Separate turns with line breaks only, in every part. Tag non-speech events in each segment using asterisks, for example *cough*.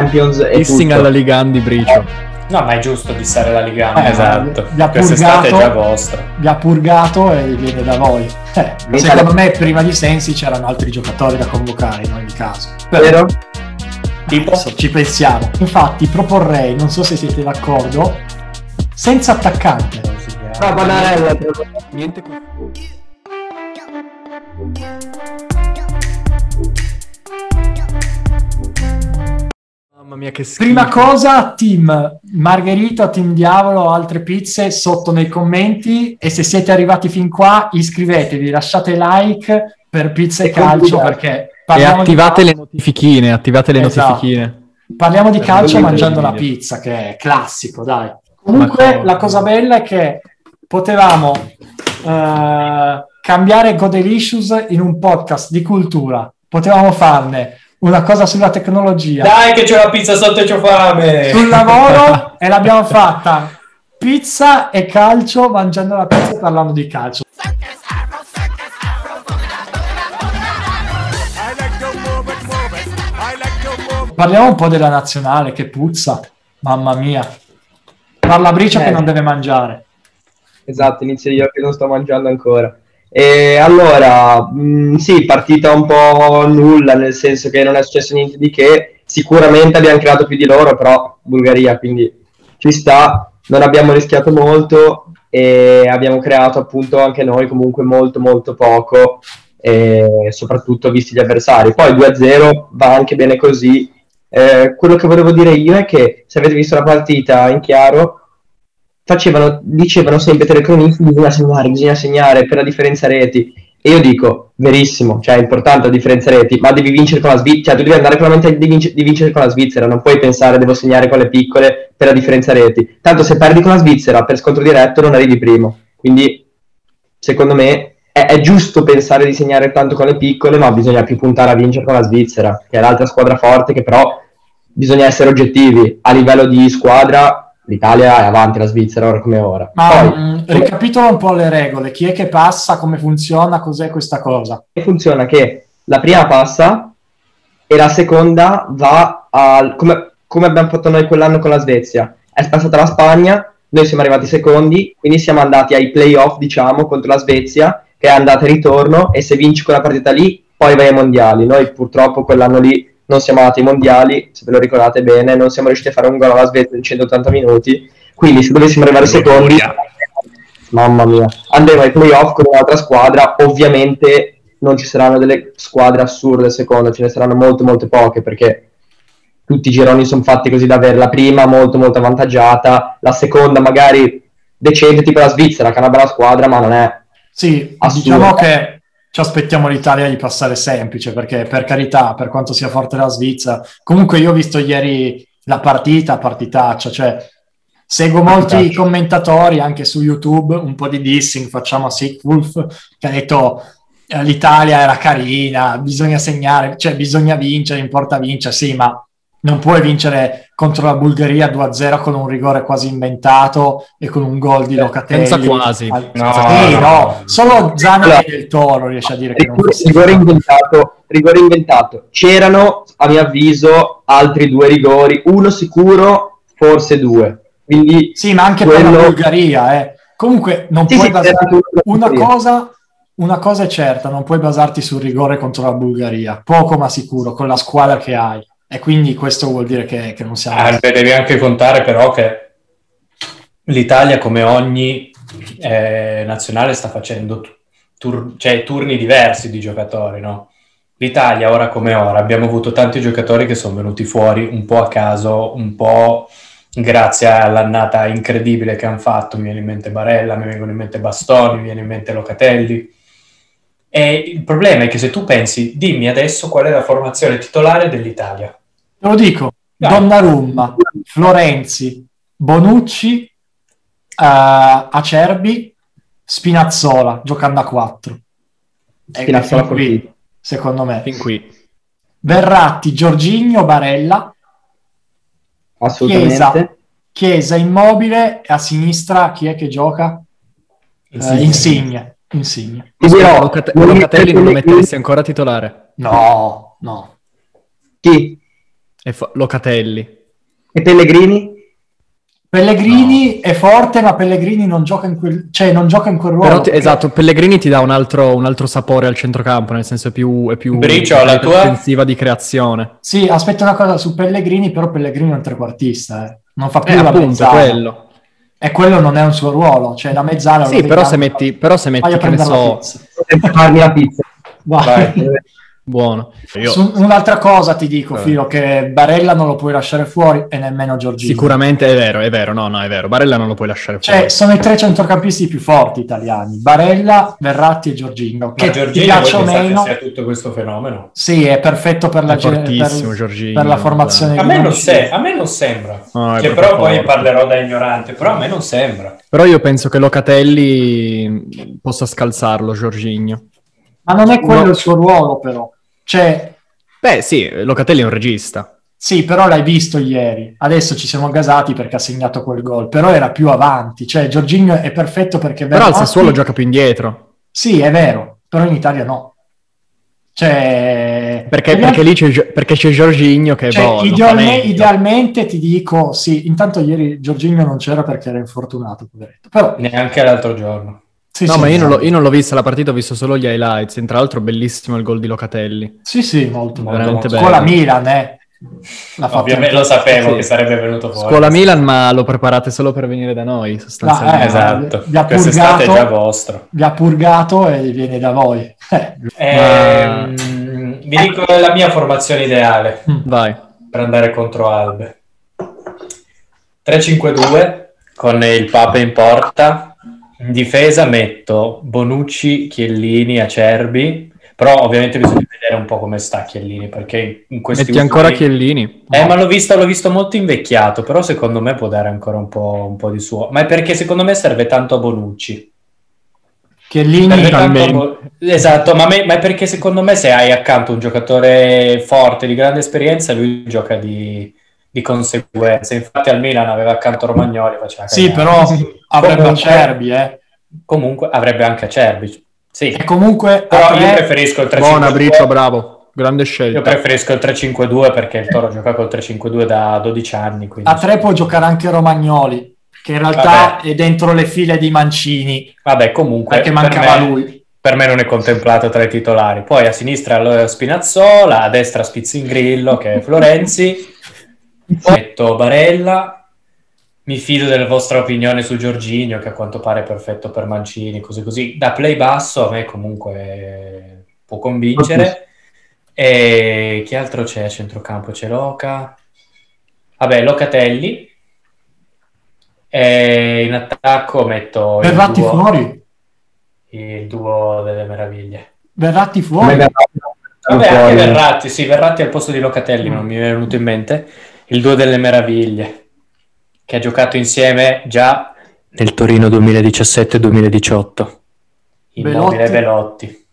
Champions e
Dissing
tutto.
alla Ligandi Bricio.
No, ma è giusto dissare la Liganda,
Eh,
esatto.
vi ha
Quest'estate è già
purgato.
vostra.
Vi ha purgato e viene da voi. Eh,
Mi
secondo
sa-
me, prima di Sensi c'erano altri giocatori da convocare in ogni caso.
Vero?
Tipo?
Adesso ci pensiamo. Infatti, proporrei, non so se siete d'accordo, senza attaccante.
No, Banarella.
Niente qui. Mamma mia che schifo.
Prima cosa, team Margherita, team Diavolo, altre pizze sotto nei commenti e se siete arrivati fin qua iscrivetevi, lasciate like per pizza e,
E
calcio
computate.
perché
E
parliamo di-
attivate le notifichine, attivate le
Esatto.
notifichine.
Parliamo di calcio
Voglio
mangiando la
vedere.
pizza, che è classico, dai. Comunque,
Ma-
la cosa bella è che potevamo eh, cambiare Godelicious in un podcast di cultura. Potevamo farne una cosa sulla tecnologia,
Dai che c'ho la pizza sotto e c'ho fame!
sul lavoro e l'abbiamo fatta. Pizza e calcio, mangiando la pizza e parlando di calcio. Parliamo un po' della nazionale che puzza, mamma mia. Parla Bricio che
Eh.
non deve mangiare.
Esatto, inizio io che non sto mangiando ancora. E allora, mh, sì, partita un po' nulla, nel senso che non è successo niente di che. Sicuramente abbiamo creato più di loro, però Bulgaria, quindi ci sta. Non abbiamo rischiato molto e abbiamo creato appunto anche noi comunque molto molto poco, e soprattutto visti gli avversari. Poi 2-0 va anche bene così. Eh, quello che volevo dire io è che se avete visto la partita in chiaro, facevano, dicevano sempre i telecronisti bisogna segnare, bisogna segnare per la differenza reti. E io dico, verissimo, cioè è importante la differenza reti, ma devi vincere con la Svizzera, cioè tu devi andare con la mentalità di, vince- di vincere con la Svizzera, non puoi pensare devo segnare con le piccole per la differenza reti. Tanto se perdi con la Svizzera per scontro diretto non arrivi primo. Quindi, secondo me, è, è giusto pensare di segnare tanto con le piccole, ma bisogna più puntare a vincere con la Svizzera, che è l'altra squadra forte che però bisogna essere oggettivi. A livello di squadra, l'Italia è avanti la Svizzera ora come ora.
Ma
Poi,
mh, ricapitolo un po' le regole, chi è che passa, come funziona, cos'è questa cosa.
E funziona che la prima passa e la seconda va al come, come abbiamo fatto noi quell'anno con la Svezia è passata la Spagna noi siamo arrivati secondi quindi siamo andati ai playoff diciamo contro la Svezia che è andata e ritorno e se vinci quella partita lì poi vai ai mondiali noi purtroppo quell'anno lì non siamo andati ai mondiali se ve lo ricordate bene non siamo riusciti a fare un gol alla Svezia in 180 minuti quindi se dovessimo arrivare secondi mamma mia andremo ai playoff con un'altra squadra ovviamente non ci saranno delle squadre assurde secondo, ce ne saranno molte molte poche perché tutti i gironi sono fatti così da avere la prima molto molto avvantaggiata, la seconda magari decente tipo la Svizzera che è una bella squadra ma non è
Sì,
Assurdo.
diciamo che ci aspettiamo l'Italia di passare semplice, perché per carità, per quanto sia forte la Svizzera, comunque io ho visto ieri la partita, partitaccia, cioè seguo molti
Partitaccia.
commentatori anche su YouTube, un po' di dissing, facciamo a Sick Wolf, che ha detto eh, l'Italia era carina, bisogna segnare, cioè bisogna vincere, importa vincere, sì, ma non puoi vincere contro la Bulgaria 2-0 con un rigore quasi inventato e con un gol di Locatelli.
Senza quasi.
Al-
No,
sì,
no.
no, solo Zana
Allora,
e del Toro riesce a dire che non
rigore,
fosse
rigore inventato, rigore inventato. C'erano a mio avviso altri due rigori, uno sicuro, forse due. Quindi
Sì, ma anche per la
Quello-
Bulgaria, eh. Comunque non
Sì,
puoi
sì,
basarti
c'era
una
due-
cosa una cosa è certa, non puoi basarti sul rigore contro la Bulgaria, poco ma sicuro con la squadra che hai. E quindi questo vuol dire che, che non siamo
Ah, beh, devi anche contare però che l'Italia, come ogni eh, nazionale, sta facendo tu- tur- cioè, turni diversi di giocatori, no? L'Italia, ora come ora, abbiamo avuto tanti giocatori che sono venuti fuori un po' a caso, un po' grazie all'annata incredibile che hanno fatto. Mi viene in mente Barella, mi vengono in mente Bastoni, mi viene in mente Locatelli. E il problema è che se tu pensi, dimmi adesso qual è la formazione titolare dell'Italia.
Te lo dico,
Dai.
Donnarumma, Florenzi, Bonucci, eh, Acerbi, Spinazzola, giocando a 4. Eh,
Spinazzola fortissimo.
secondo me.
Fin qui.
Verratti, Giorginio, Barella,
assolutamente.
Chiesa, Chiesa, Immobile, e a sinistra chi è che gioca? Eh, Insigne. Insigne.
Ti dirò,
Locate-
non mi-
Locatelli non lo metteresti ancora titolare.
No, no.
Chi?
E fa- Locatelli.
E Pellegrini?
Pellegrini è forte, ma Pellegrini non gioca in quel, cioè, non gioca in quel ruolo.
Però ti-
perché-
esatto, Pellegrini ti dà un altro, un altro sapore al centrocampo, nel senso è più, è più
Bricio, la tua?
offensiva di creazione.
Sì, aspetta una cosa su Pellegrini, però Pellegrini è un trequartista, eh. non fa più
Eh,
la
appunto,
mezzala.
quello.
E quello non è un suo ruolo, cioè la mezzala...
Sì,
lo devi
però se
dare-
metti- però se metti,
Vai a
che ne
prendere la
so,
pizza.
Potete farmi la pizza.
Vai. *laughs*
Vai.
Buono.
Su- un'altra cosa ti dico,
Eh.
Filo, che Barella non lo puoi lasciare fuori e nemmeno Giorgini.
Sicuramente è vero, è vero, no, no, è vero. Barella non lo puoi lasciare fuori.
Cioè, sono i tre centrocampisti più forti italiani, Barella, Verratti e Giorginio, che
Ma
ti
Giorgino, voi
piacciono
pensate
meno.
sia tutto questo fenomeno?
Sì, è perfetto per la,
È
ge-
fortissimo
per-
Jorginho,
per la formazione.
A me Eh, non,
di-
se- a me non sembra,
No, è
Cioè,
proprio
però poi
forte.
parlerò da ignorante, però a me non sembra.
Però io penso che Locatelli mh, possa scalzarlo, Jorginho.
Ma non è quello
No.
il suo ruolo, però. Cioè,
Beh, sì, Locatelli è un regista.
Sì, però l'hai visto ieri. Adesso ci siamo gasati perché ha segnato quel gol, però era più avanti. Cioè, Giorginio è perfetto perché
Però al
Verratti-
Sassuolo gioca più indietro.
Sì, è vero, però in Italia no. Cioè,
Perché,
in
perché lì c'è, Gio- perché c'è Jorginho che
cioè,
boh, non fa
idealme-
meglio.
idealmente ti dico sì, intanto ieri Giorginio non c'era perché era infortunato, poveretto. Però
Neanche l'altro giorno.
sì,
No,
sì,
ma io non, l'ho,
esatto.
io non l'ho vista la partita, ho visto solo gli highlights. E Tra l'altro bellissimo il gol di Locatelli.
Sì, sì, molto molto.
Veramente
molto.
bello.
Scuola Milan, eh. L'ha fatto
Ovviamente
anche-
lo sapevo
Sì.
che sarebbe venuto fuori.
Scuola Milan, ma lo preparate solo per venire da noi, sostanzialmente.
eh,
Esatto,
Vi ha purgato.
quest'estate è già vostro.
Vi ha purgato e viene da voi. *laughs* Eh,
Ehm, Vi dico la mia formazione ideale
Mm, Vai.
per andare contro Albe. 3-5-2 con il Pape in porta. In difesa metto Bonucci, Chiellini, Acerbi. Però ovviamente bisogna vedere un po' come sta Chiellini perché in questi
Metti ancora
ultimi-
Chiellini.
Eh, ma l'ho visto, l'ho visto molto invecchiato, però secondo me può dare ancora un po', un po' di suo. Ma è perché secondo me serve tanto a Bonucci. Serve
Eh,
Chiellini,
tanto a
Talmente.
Bo- esatto, ma, me- ma è perché secondo me se hai accanto un giocatore forte, di grande esperienza, lui gioca di, di conseguenza. Infatti al Milan aveva accanto Romagnoli, faceva
eh, Sì,
cagare.
però
*laughs*
avrebbe
Comunque-
Acerbi, eh.
Comunque avrebbe anche Acerbi. Sì,
E comunque
però
Ecco, a
io
me-
preferisco il 3
Buona, Bricio, bravo. Grande scelta.
Io preferisco il 3-5-2 perché il Toro gioca col 3-5-2 da 12 anni. Quindi.
a tre può giocare anche Romagnoli, che in realtà
Vabbè.
è dentro le file di Mancini,
Vabbè, comunque
perché
per
mancava
me-
lui.
per me non è contemplato tra i titolari. Poi a sinistra lo- Spinazzola, a destra Spizzingrillo che è Florenzi, metto Barella. Mi fido della vostra opinione su Giorginio che a quanto pare è perfetto per Mancini, così così. Da play basso a me comunque eh, può convincere. E chi altro c'è a centrocampo? C'è Loca. Vabbè, Locatelli. E in attacco metto il
Verratti
duo-
fuori,
il duo delle meraviglie.
Verratti
Come
fuori.
Verratti.
Vabbè, anche
Fuori.
Verratti, sì, Verratti al posto di Locatelli, non mi è venuto in mente. Il duo delle meraviglie, che ha giocato insieme già nel Torino 2017-2018. Immobile
Belotti.
e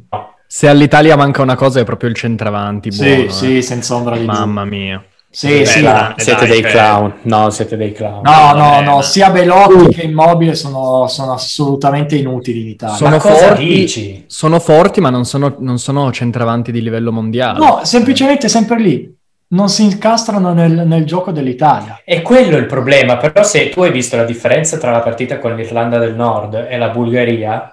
Belotti.
Se all'Italia manca una cosa è proprio il centravanti.
Sì,
buono,
sì,
eh.
senza ombra di dubbio.
Mamma mia.
Sì,
Beh,
sì.
dai,
dai,
siete
dai,
dei
Fede.
clown. No, siete dei clown.
No, no,
vabbè,
no,
ma-
sia Belotti che Immobile sono, sono assolutamente inutili in Italia.
Sono
Ma cosa
forti.
dici?
Sono forti, ma non sono, non sono centravanti di livello mondiale.
No, semplicemente sempre lì. Non si incastrano nel, nel gioco dell'Italia.
È quello il problema, però se tu hai visto la differenza tra la partita con l'Irlanda del Nord e la Bulgaria,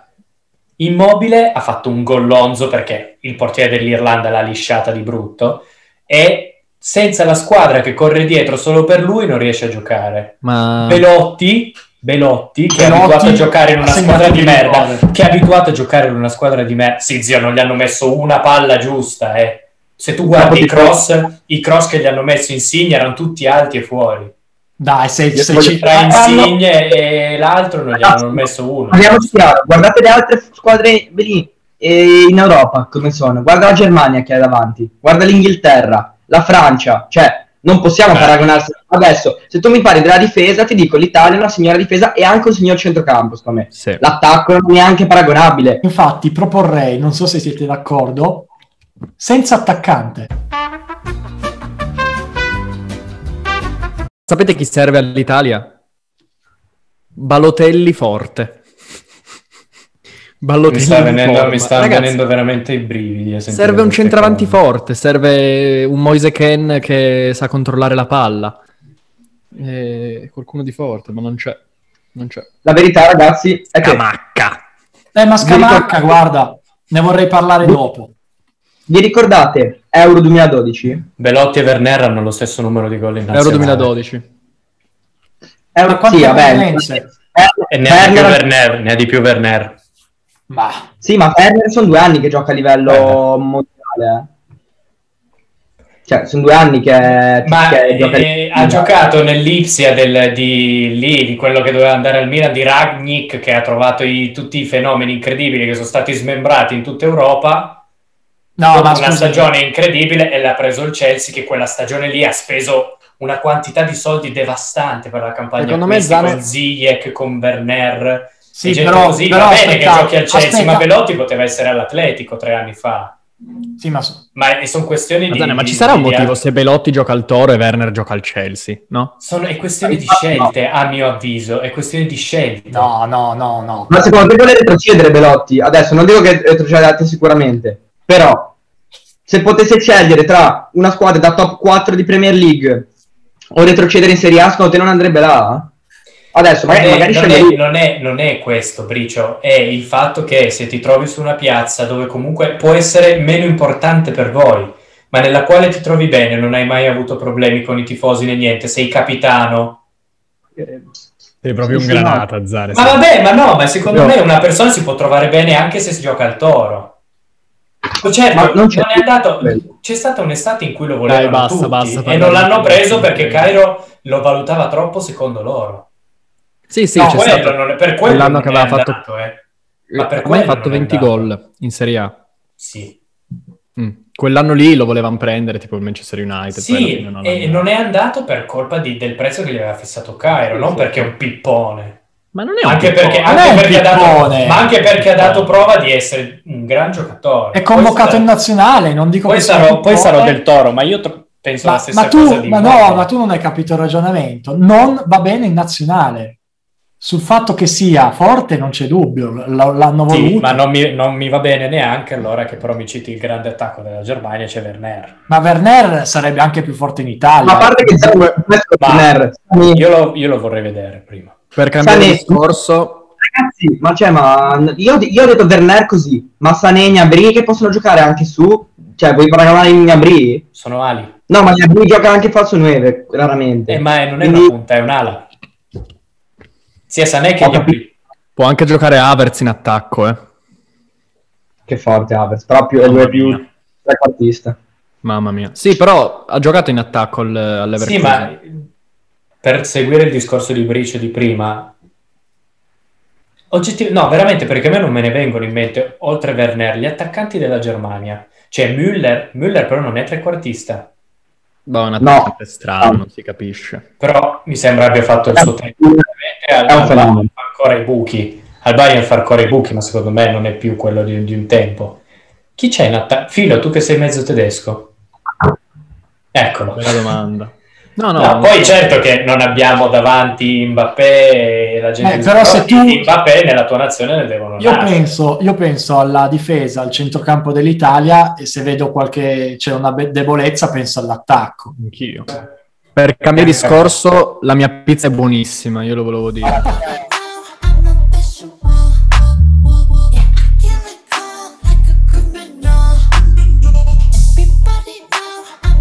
Immobile ha fatto un gollonzo perché il portiere dell'Irlanda l'ha lisciata di brutto e senza la squadra che corre dietro solo per lui non riesce a giocare.
Ma
Belotti, Belotti che è
Ah. Belotti
abituato a giocare in
ha
una
segnato
squadra di
due
merda,
gol.
che è abituato a giocare in una squadra di merda. Sì, zio, non gli hanno messo una palla giusta, eh. Se tu guardi i cross, i cross che gli hanno messo Insigne erano tutti alti e fuori
Dai, se,
Io
se
voglio-
ci...
tra
Eh,
hanno-
Insigne e l'altro non gli hanno messo uno.
Parliamoci chiaro, guardate le altre squadre lì, eh, in Europa come sono, guarda la Germania che è davanti, guarda l'Inghilterra, la Francia, cioè non possiamo
Eh.
paragonarsi. Adesso, se tu mi parli della difesa, ti dico l'Italia è una signora difesa e anche un signor centrocampo, secondo me.
sì.
L'attacco non è neanche paragonabile.
Infatti proporrei, non so se siete d'accordo, senza attaccante.
sapete chi serve all'Italia? Balotelli forte. Balotelli
Mi sta
in
venendo,
forma.
mi sta
Ragazzi,
venendo veramente i brividi. a sentire
Serve un
queste
centravanti
cose.
forte, serve un Moise Ken che sa controllare la palla. Eh, qualcuno di forte, ma non c'è. Non c'è.
La verità, ragazzi, è che
Camacca.
Eh, ma Scamacca,
ricordo-
guarda, ne vorrei parlare dopo.
vi ricordate Euro 2012?
Belotti e Werner hanno lo stesso numero di gol in
Euro
nazionale.
2012.
Euro
Ma quante
sì, vabbè,
presenze?
Werner-
E ne ha di più
Werner-
Werner, ne ha di più Werner.
Ma
Sì, ma Werner sono due anni che gioca a livello
Eh.
mondiale. eh. Cioè, sono due anni che,
Ma
che
eh,
gioca-
ha giocato nell'Ipsia del- di lì, di quello che doveva andare al Milan, di Ragnik, che ha trovato i- tutti i fenomeni incredibili che sono stati smembrati in tutta Europa.
Ah,
no,
dopo
ma
una
scusa,
stagione incredibile e l'ha preso il Chelsea, che quella stagione lì ha speso una quantità di soldi devastante per la campagna.
Secondo me
acquisti,
Zane-
con Ziyech, con Werner.
sì,
e gente
però,
così.
però
Va bene
aspetta,
che giochi al Chelsea,
aspetta.
ma Velotti poteva essere all'Atletico tre anni fa.
Sì, ma s-
Ma e sono questioni
Madonna,
di...
ma ci
di-
sarà un
di-
motivo se Belotti gioca al Toro e Werner gioca al Chelsea, no?
Sono è questione di scelte, a mio avviso, è questione di scelte.
no, no, no, no.
Ma secondo te vuole retrocedere Belotti? Adesso non dico che retrocedate sicuramente, però se potesse scegliere tra una squadra da top 4 di Premier League o retrocedere in Serie A, secondo te non andrebbe là? Adesso
Non
magari,
è,
magari
Eh, non
sceglie
è-
lui.
non è- non è questo, Bricio, è il fatto che se ti trovi su una piazza dove comunque può essere meno importante per voi, ma nella quale ti trovi bene, non hai mai avuto problemi con i tifosi né niente, sei capitano.
Sei
proprio un Sì, sì, no. granata,
Zare.
Ma vabbè, ma no, ma secondo
No.
me una persona si può trovare bene anche se si gioca al toro. Certo,
Ma non
non
c'è-
è andato, c'è stata un'estate in cui lo volevano
Dai, basta,
tutti
basta,
e
parliamo
non
di
l'hanno
calcio.
preso perché Cairo lo valutava troppo secondo loro.
Sì, sì,
No,
c'è
quello
stato.
non è- per quello
L'anno
non
che
è
aveva
andato,
fatto-
eh. Ma
Ormai
per
ha
quello
fatto
non è
20
andato.
gol in Serie A.
Sì,
Mm. Quell'anno lì lo volevano prendere, tipo il Manchester United. poi alla
Sì,
fine l'hanno
e
andato.
non è andato per colpa di- del prezzo che gli aveva fissato Cairo,
Sì,
non
sì.
perché è un pippone.
Ma non è un
Anche
piccolo-
perché,
Non è un
anche perché ha dato,
pippone.
ma anche perché ha dato prova di essere un gran giocatore.
È convocato
Poi
in
sarò-
nazionale, non dico
Poi
che sia
sarò,
un
poi sarò
giocatore.
del toro, ma io tro- penso la
ma,
stessa
ma
cosa
tu,
di
ma no,
Immobile.
ma tu non hai capito il ragionamento. Non va bene in nazionale. Sul fatto che sia forte non c'è dubbio, l- l'hanno
Sì,
voluto.
ma non mi, non mi va bene neanche allora che però mi citi il grande attacco della Germania, c'è Werner.
Ma Werner sarebbe anche più forte in Italia.
Ma a parte che Zan- questo
Ma-
Werner, Sani-
Io lo, io lo vorrei vedere prima.
Per cambiare
Sané.
discorso,
ragazzi, ma cioè, ma io, io ho detto Werner così, ma Sané e Gnabry che possono giocare anche su, cioè vuoi paragonare Gnabry?
Sono ali.
No, ma Gnabry gioca anche falso 9, raramente.
Eh, ma è- non è
Quindi-
una punta, è un'ala. Sia Sané che
Ho
Gnabry.
può anche giocare Havertz in attacco, eh.
Che forte Havertz, però più, è
Mamma
lui è più
mia.
trequartista.
Mamma mia. Sì, però ha giocato in attacco al,
Sì,
all'Everkusen.
ma per seguire il discorso di Bricio di prima, oggettiv- no, veramente perché a me non me ne vengono in mente, oltre Werner, gli attaccanti della Germania. Cioè Müller, Müller però non è trequartista,
Boh, è un
No.
attaccante strano, non si capisce.
però mi sembra abbia fatto il suo tempo. Ovviamente Al,
È un
al
fenomeno.
Bayern fa ancora i buchi, al Bayern fa ancora i buchi, ma secondo me non è più quello di, di un tempo. Chi c'è in attacco? Filo, tu che sei mezzo tedesco. Eccolo.
Bella domanda. No, no.
No, poi certo che non abbiamo davanti Mbappé e la gente
Eh,
di-
però se tu-
Mbappé nella tua nazione ne devono
Io
nascere.
penso, io penso alla difesa, al centrocampo dell'Italia e se vedo qualche c'è una be- debolezza penso all'attacco.
Anch'io. Per cambiare discorso, la mia pizza è buonissima, io lo volevo dire.